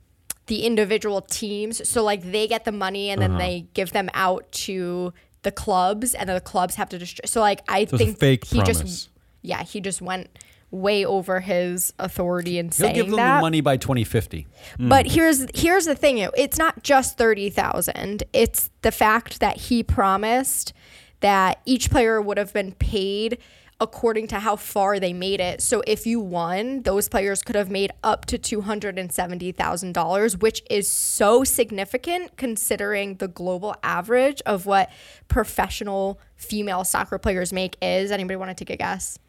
C: the individual teams so like they get the money and
A: Uh-huh.
C: then they give them out to the clubs and then the clubs have to distribute so like i
A: it's a
C: think
A: fake
C: he
A: promise.
C: just yeah he just went way over his authority in
B: He'll
C: saying
B: give them
C: that
B: the money by 2050.
C: but
B: Mm.
C: here's here's the thing. it- It's not just thirty thousand. It's the fact that he promised that each player would have been paid according to how far they made it. So if you won, those players could have made up to two hundred and seventy thousand dollars, which is so significant considering the global average of what professional female soccer players make is. Anybody want to take a guess?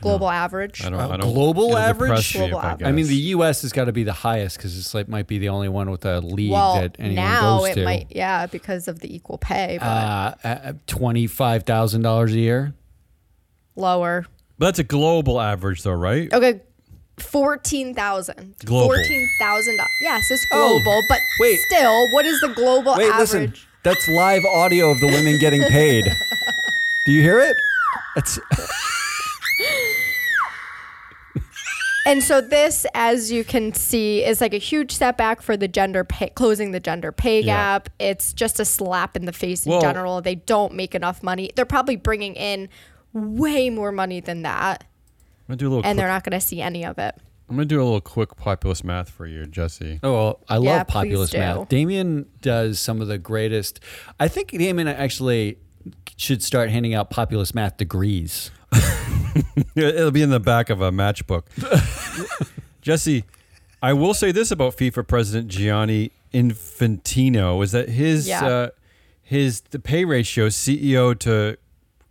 C: Global average.
A: I don't, I
B: Uh,
A: don't,
B: global
A: it'll
B: average?
A: depress me
C: Global
A: if I,
C: average.
B: I mean,
A: guess.
B: the U.S. has got to be the highest because it's like might be the only one with a league
C: Well,
B: that anyone
C: now
B: goes
C: it
B: to.
C: might, yeah, because of the equal pay, but
B: uh, uh, twenty-five thousand dollars a year.
C: lower.
A: but that's a global average, though, right?
C: Okay. 14,000.
A: Global.
C: 14,000. Yes, it's
B: Oh,
C: global, but
B: wait.
C: still, what is the global
B: Wait,
C: average?
B: listen. That's live audio of the women getting paid. Do you hear it? It's
C: And so this, as you can see, is like a huge setback for the gender pay, closing the gender pay
A: Yeah.
C: gap. It's just a slap in the face in
A: Well-
C: general. They don't make enough money. They're probably bringing in way more money than that,
A: I'm gonna do a little.
C: and
A: quick,
C: they're not going to see any of it.
A: I'm gonna do a little quick populist math for you, Jesse.
B: Oh, well, I love
C: Yeah, please
B: populist
C: do.
B: math. Damien does some of the greatest. I think Damien actually should start handing out populist math degrees.
A: Yeah, It'll be in the back of a matchbook. Jesse, I will say this about FIFA president Gianni Infantino is that his
C: Yeah.
A: uh, his the pay ratio CEO to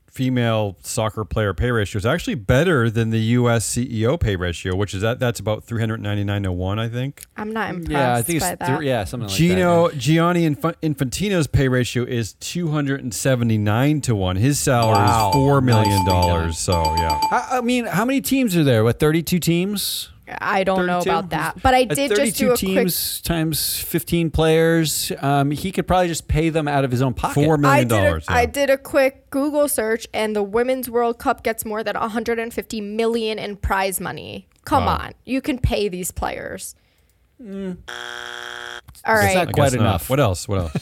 A: female soccer player pay ratio is actually better than the US CEO E pay ratio, which is that that's about 399 to 1, I think.
C: I'm not impressed
B: yeah, I think
C: by
B: it's
C: that.
B: th- yeah, something like
A: Gino
B: that.
A: Gianni Inf- Infantino's pay ratio is 279 to 1. His salary
B: Wow.
A: is 4 million
B: Nicely done.
A: dollars, so yeah.
B: I, I mean, how many teams are there? What, 32 teams?
C: I don't know
B: 32?
C: about that. But I
B: That's
C: did just do a quick
B: teams times 15 players. Um, he could probably just pay them out of his own pocket.
A: Four
C: I
A: million
C: did, a,
A: dollars.
C: I
A: yeah.
C: did a quick Google search, and the Women's World Cup gets more than 150 million in prize money. Come
A: Wow. Mm.
C: on, you can pay these players. All
B: It's
C: right,
B: not
A: I
B: quite
A: guess not.
B: enough.
A: What else? What else?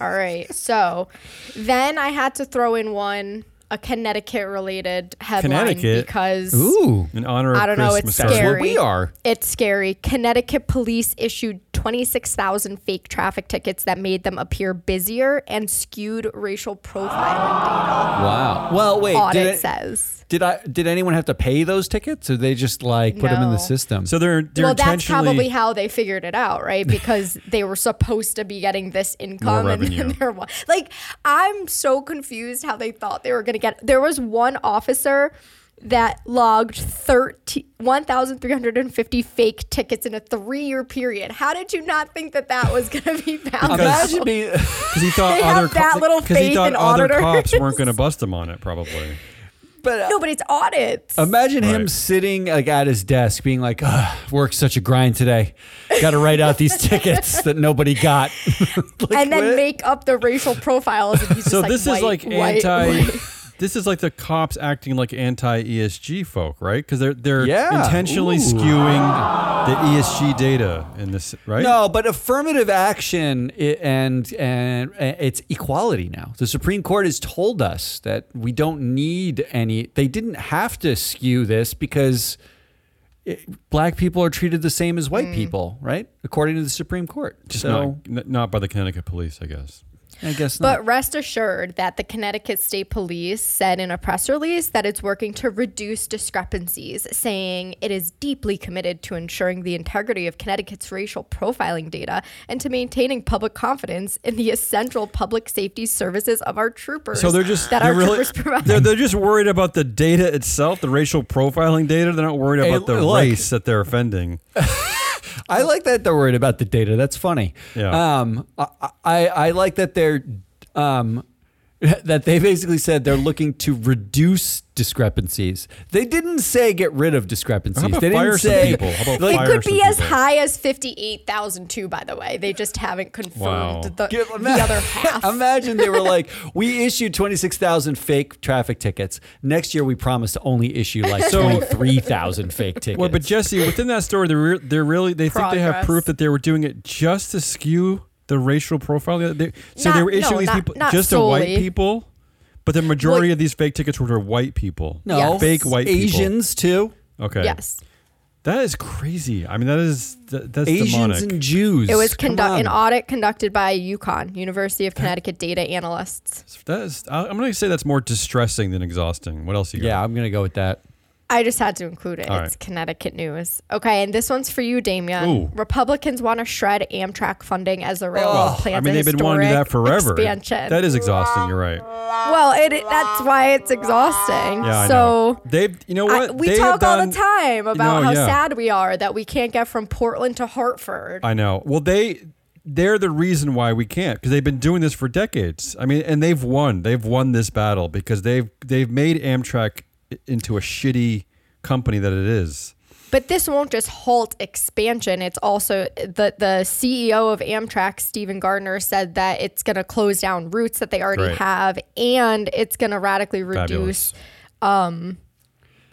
C: all right. So then I had to throw in one a Connecticut-related headline
A: Connecticut?
C: because
B: Ooh.
A: In honor of
C: I don't know,
A: Chris
C: it's
A: Massaro.
B: That's
C: Scary.
B: where we are.
C: It's scary. Connecticut police issued 26,000 fake traffic tickets that made them appear busier and skewed racial profiling data.
B: Wow. Well, wait.
C: Audit
B: Did, it-
C: says.
B: did I? Did anyone have to pay those tickets, or they just like put them in the
C: No.
B: system?
A: So they're they're
C: well, that's
A: intentionally
C: probably how they figured it out, right? Because they were supposed to be getting this income,
A: More
C: and then
A: revenue.
C: there was like, I'm so confused how they thought they were going to get. There was one officer that logged 13 1,350 fake tickets in a three-year period. How did you not think that that was going to be found?
B: Imagine
C: out?
B: being.
A: because he thought
C: They have
A: other
C: that little
A: because he
C: faith
A: thought
C: in
A: other
C: auditors.
A: cops weren't going to bust him on it. Probably.
B: but uh,
C: no, but it's audits.
B: imagine him
A: Right.
B: sitting like at his desk, being like, "Ugh, "Work's such a grind today. Got to write out these tickets that nobody got." Like,
C: and then
B: what?
C: make up the racial profiles. And he's just
A: So
C: like,
A: this
C: white,
A: is like
C: white,
A: anti.
C: white.
A: This is like the cops acting like anti ESG folk, right? Because they're they're
B: Yeah.
A: intentionally
B: Ooh.
A: skewing the ESG data in this, right?
B: No, but affirmative action i- and and uh, it's equality now. The Supreme Court has told us that we don't need any. They didn't have to skew this because it, black people are treated the same as white people, right? According to the Supreme Court.
A: just
B: so
A: not n- not by the Connecticut police, I guess.
B: I guess not.
C: But rest assured that the Connecticut State Police said in a press release that it's working to reduce discrepancies, saying it is deeply committed to ensuring the integrity of Connecticut's racial profiling data and to maintaining public confidence in the essential public safety services of our troopers.
A: So they're just
C: that
A: they're
C: our
A: really
C: troopers provide.
A: they're, they're just worried about the data itself, the racial profiling data. They're not worried
B: Hey,
A: about the
B: look.
A: race that they're offending.
B: I like that they're worried about the data. That's funny.
A: Yeah.
B: Um, I, I I like that they're um, that they basically said they're looking to reduce discrepancies. They didn't say get rid of discrepancies.
A: about
B: they
A: fire
B: didn't
A: some
B: say
A: people? How about
B: like,
C: it
A: fire
C: could be
A: some
C: as
A: people.
C: high as 58,000 too, by the way. They just haven't confirmed
A: Wow.
C: the,
B: Give-
C: the
B: ima-
C: other half.
B: Imagine they were like, we issued 26,000 fake traffic tickets. Next year, we promise to only issue like 23,000 fake tickets.
A: Well, but Jesse, within that story, they're, re- they're really they think they have
C: Progress.
A: proof that they were doing it just to skew the racial profile. They- so they
C: Not-
A: were issuing
C: no,
A: these
C: not-
A: people
C: not
A: just to white
C: solely.
A: people, but the majority
C: Well,
A: of these fake tickets were to white people.
B: no,
C: Yes.
A: fake white people.
B: Asians too.
A: Okay.
C: Yes.
A: That is crazy. I mean, that is that, that's
B: Asians
A: demonic.
B: and Jews.
C: It was
B: Come
C: conduct an
B: on.
C: audit conducted by UConn, University of Connecticut data analysts.
A: that is, I- I'm going to say that's more distressing than exhausting. What else you got?
B: Yeah, I'm gonna go with that.
C: I just had to include it.
A: All
C: It's
A: right.
C: Connecticut news. Okay, and this one's for you, Damian.
A: Ooh.
C: Republicans want to shred Amtrak funding as the railroad plans
A: I mean,
C: a
A: they've been wanting to do that
C: historic
A: forever.
C: Expansion.
A: That is exhausting. You're right.
C: well, it, it- that's why it's exhausting.
A: Yeah, I know.
C: so
A: they've, you know
C: I-
A: what?
C: we
A: They have
C: talk all
A: done-
C: the time about
A: know,
C: how
A: yeah.
C: sad we are that we can't get from Portland to Hartford.
A: I know. Well, they they're the reason why we can't because they've been doing this for decades. I mean, and they've won. They've won this battle because they've they've made Amtrak i- into a shitty company that it is.
C: But this won't just halt expansion. It's also the the CEO of Amtrak, Stephen Gardner, said that it's going to close down routes that they already
A: Right.
C: have, and it's going to radically reduce
A: Fabulous.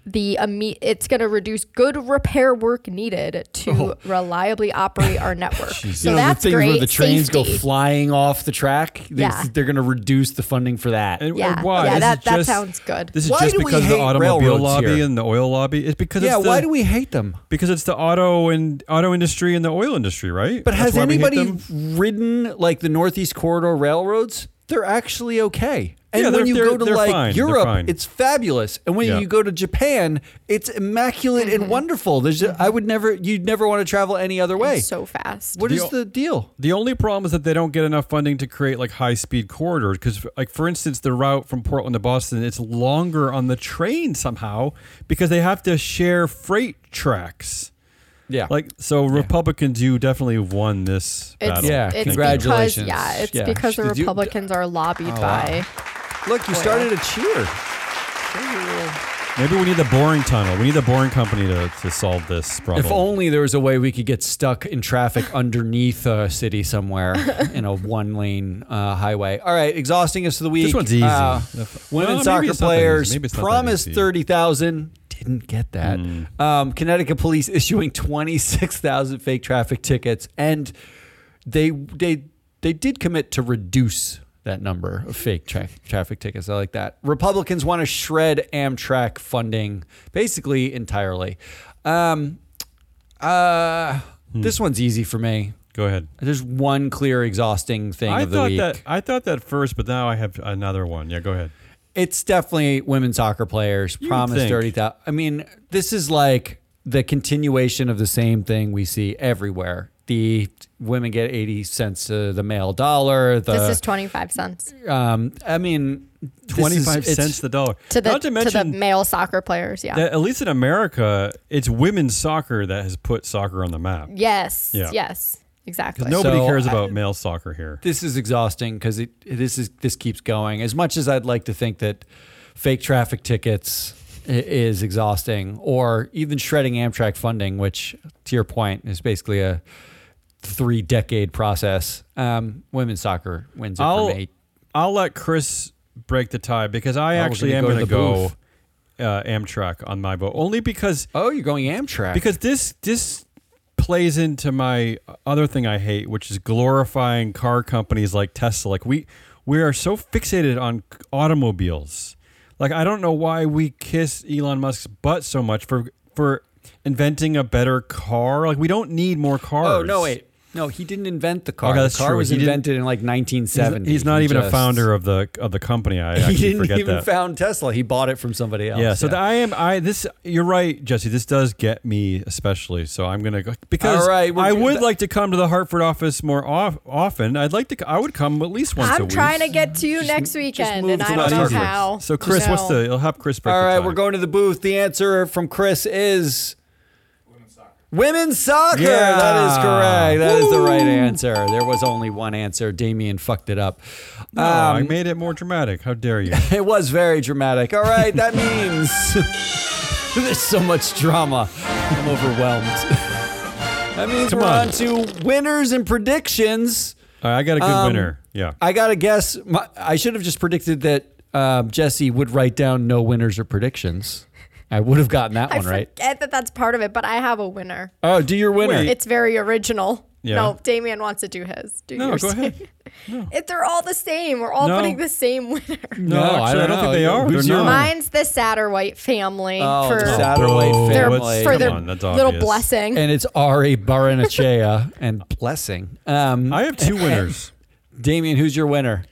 C: the imme- It's going to reduce good repair work needed to
A: Oh.
C: reliably operate our network. so
B: you know,
C: that's
B: the thing
C: great.
B: where the trains go
C: Safety.
B: flying off the track. They,
C: Yeah.
B: They're gonna reduce the funding for that.
A: And, and
C: Yeah.
A: why?
C: Yeah,
A: This is
C: that- that
A: just-
C: sounds good.
A: This is
B: Why
A: just
B: do we
A: because of the
B: hate
A: automobile
B: railroads
A: lobby
B: here?
A: and the oil lobby. It's because
B: yeah,
A: It's the,
B: why do we hate them?
A: Because it's the auto and auto industry and the oil industry, right?
B: But
A: That's
B: has
A: why we hate
B: anybody
A: them.
B: ridden like the Northeast Corridor railroads? They're actually okay. And
A: Yeah,
B: when
A: they're-
B: you
A: they're-
B: go to
A: they're
B: like
A: fine. They're fine.
B: Europe, it's fabulous. And when
A: Yeah.
B: you go to Japan, it's immaculate and wonderful. There's I would never you'd never want to travel any other way.
C: so fast.
B: What
A: The
B: is
A: o-
B: the deal?
A: The only problem is that they don't get enough funding to create like high speed corridors because, like for instance, the route from Portland to Boston it's longer on the train somehow because they have to share freight tracks.
B: Yeah.
A: Like so, Republicans, you definitely won this
C: It's,
A: battle.
B: Yeah,
C: it's
B: congratulations.
C: Because, yeah, it's
B: Yeah.
C: because the
B: Did you-
C: Republicans are lobbied
A: Oh,
C: by.
B: Look, you started a cheer.
A: Maybe we need the boring tunnel. We need the boring company to, to solve this problem.
B: If only there was a way we could get stuck in traffic underneath a city somewhere in a one lane uh, highway. All right, exhausting us of the week.
A: This one's easy.
B: Uh,
A: If- Well,
B: women
A: maybe it's not
B: soccer
A: that easy.
B: players
A: Maybe it's not that
B: promised
A: easy. Hmm.
B: 30,000, didn't get that. Um, Connecticut police issuing 26,000 fake traffic tickets and they they they did commit to reduce that number of fake tra- traffic tickets. I like that. Republicans want to shred Amtrak funding basically entirely. Um, uh,
A: Hmm.
B: This one's easy for me.
A: Go ahead.
B: There's one clear, exhausting thing
A: I
B: of the
A: thought
B: week.
A: that I thought that first, but now I have another one. Yeah, go ahead.
B: it's definitely women soccer players
A: would
B: promised
A: think.
B: 30,000. I mean, this is like the continuation of the same thing we see everywhere. The women get 80 cents to the male dollar. The,
C: This is 25 cents
B: um, I mean, this is-
A: Twenty five
B: it's-
A: cents the dollar.
C: to the,
A: Not to mention
C: to the male soccer players. Yeah.
A: that at least in America, it's women's soccer that has put soccer on the map.
C: Yes.
A: Yeah.
C: Yes. Exactly.
A: Nobody
B: So,
A: cares
B: I-
A: about male soccer here.
B: This is exhausting because it, this is this keeps going. As much as I'd like to think that fake traffic tickets i- is exhausting, or even shredding Amtrak funding, which to your point is basically a three decade process. Um, women's soccer wins it
A: I'll
B: for me.
A: I'll let Chris break the tie because I
B: we're
A: actually am going
B: gonna go
A: to
B: to
A: go,
B: the
A: uh, Amtrak on my vote only because
B: Oh, you're going Amtrak
A: because this this plays into my other thing I hate, which is glorifying car companies like Tesla. Like we we are so fixated on automobiles. Like I don't know why we kiss Elon Musk's butt so much for for inventing a better car. Like we don't need more cars.
B: Oh no, wait. No, he didn't invent the car.
A: Okay,
B: the
A: that's
B: car
A: true.
B: was
A: He didn't-
B: invented in like 1970.
A: He's not
B: He
A: even a
B: just-
A: founder of the of the company. I actually
B: He didn't
A: forget
B: even
A: that.
B: found Tesla. He bought it from somebody else.
A: yeah, so the- I am. I this. You're right, Jesse. This does get me especially. So I'm gonna go because
B: All right, we're
A: I
B: good.
A: would
B: That-
A: like to come to the Hartford office more off, often. I'd like to. I would come at least once a
C: I'm
A: week.
C: trying to get to you
B: Just-
C: next
B: just
C: weekend,
B: move
C: and
B: to
C: I
A: Not
C: don't know
A: easy.
B: Hartford.
C: how.
A: So Chris, what's
C: No.
A: the? I'll help Chris. Break
B: All
A: the
B: right,
A: tie.
B: we're going to the booth. The answer from Chris is
D: Women's soccer.
B: women's soccer.
A: Yeah.
B: That is correct. That is the right answer. There was only one answer. Damien fucked it up.
A: No, Oh, I
B: um,
A: made it more dramatic. How dare you?
B: It was very dramatic. All right, that means there's so much drama. I'm overwhelmed. that means
A: Come
B: we're
A: on.
B: on. to winners and predictions.
A: All right, I got a good
B: Um,
A: winner. Yeah.
B: I gotta guess. My, I should have just predicted that uh, Jesse would write down no winners or predictions. I would have gotten that
C: I
B: one right.
C: forget that that's part of it, but I have a winner.
B: Oh, do your winner.
A: Wait.
C: It's very original.
A: Yeah.
C: No, Damien wants to do his. Do
A: No,
C: yours.
A: go ahead.
C: If they're all the same, we're all
A: No.
C: putting the same winner.
A: No, actually, I don't, think
B: know.
A: they are.
B: Who's
A: They're
B: your-
A: not.
C: Mine's the Satterwhite family
B: Oh,
C: for
B: the
A: Oh,
B: Satterwhite
A: bro,
C: their,
A: that's-
B: family.
C: for
A: come
C: their
A: on, that's
C: little
A: obvious.
C: blessing.
B: And it's Ari Baranachea and Blessing. Um,
A: I have two winners.
B: Damien, who's your winner?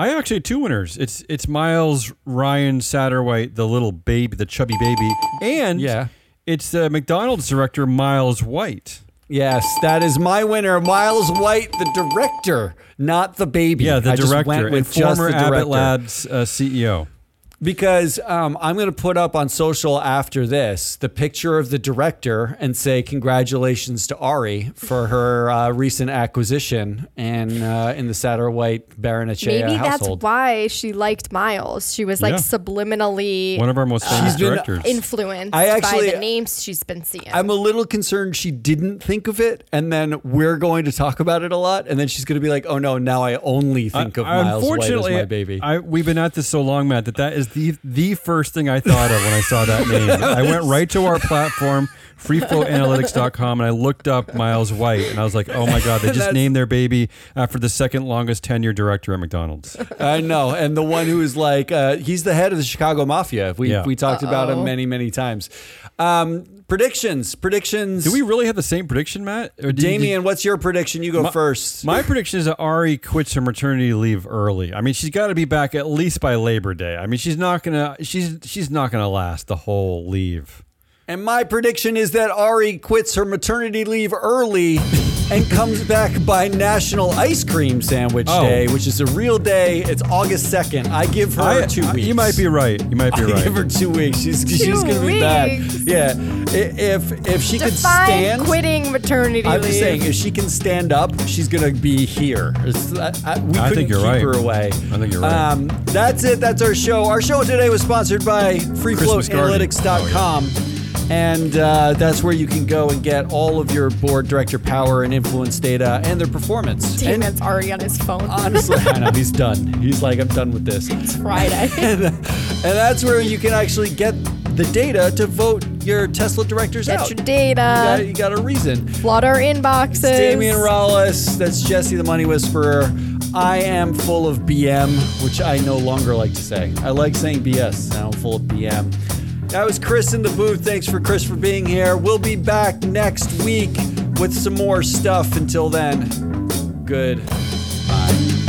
A: I have actually two winners. It's it's Miles Ryan Satterwhite, the little baby, the chubby baby, and
B: Yeah.
A: it's uh, McDonald's director Miles White.
B: Yes, that is my winner, Miles White, the director, not the baby.
A: Yeah, the
B: I
A: director
B: just went with
A: and
B: just
A: former
B: the director.
A: Abbott Labs uh, CEO.
B: because um, I'm going to put up on social after this the picture of the director and say congratulations to Ari for her uh, recent acquisition and uh, in the Satterwhite Baronachea
C: Maybe that's
B: household.
C: why she liked Miles. She was like
A: Yeah.
C: subliminally
A: One of our most famous
B: She's been
A: directors.
C: influenced
B: I actually-
C: by the names she's been seeing.
B: I'm a little concerned she didn't think of it, and then we're going to talk about it a lot, and then she's going to be like, "Oh no, now I only think of
A: I-
B: Miles White as my baby."
A: I, we've been at this so long, Matt, that that is the the first thing I thought of when I saw that name. I went right to our platform, freeflowanalytics.com, and I looked up Miles White, and I was like, oh my God, they just
B: That's-
A: named their baby after the second longest tenured director at McDonald's.
B: I know, and the one who is like uh, he's the head of the Chicago Mafia. We
A: Yeah.
B: we talked about him
C: Uh-oh.
B: many many times. Um, predictions, predictions.
A: Do we really have the same prediction, Matt? Or do you-
B: Damien, what's your prediction? You go first.
A: My prediction is that Ari quits her maternity leave early. I mean, she's got to be back at least by Labor Day. I mean, she's not gonna she's she's not gonna last the whole leave.
B: and my prediction is that Ari quits her maternity leave early and comes back by National Ice Cream Sandwich
A: Oh.
B: Day, which is a real day. It's August second. I give her
A: I-
B: two
A: I-
B: weeks.
A: You might be right. You might be
B: I
A: right.
B: give her two weeks. She's she's gonna be back.
C: weeks?
B: Yeah. I- If if she could
C: Define
B: stand
C: quitting maternity
B: I'm
C: leave.
B: just saying, if she can stand up, she's gonna be here. It's, I, I, we
A: I
B: couldn't
A: think you're right.
B: keep her away.
A: I think you're right.
B: Um, that's it. That's our show. Our show today was sponsored by
A: Oh,
B: FreeFloatAnalytics.com. And uh, that's where you can go and get all of your board director power and influence data and their performance. And
C: Damien's already on his phone.
B: honestly, I know he's done. He's like, I'm done with this.
C: it's Friday.
B: And, and that's where you can actually get the data to vote your Tesla directors
C: Get
B: out.
C: your
B: You
C: data.
B: got- you got a reason.
C: Flood our inboxes.
B: It's Damian Rollis. That's Jesse the Money Whisperer. I am full of BM, which I no longer like to say. I like saying BS. Now I'm full of BM. That was Chris in the booth. Thanks for Chris for being here. We'll be back next week with some more stuff. Until then, good. Bye.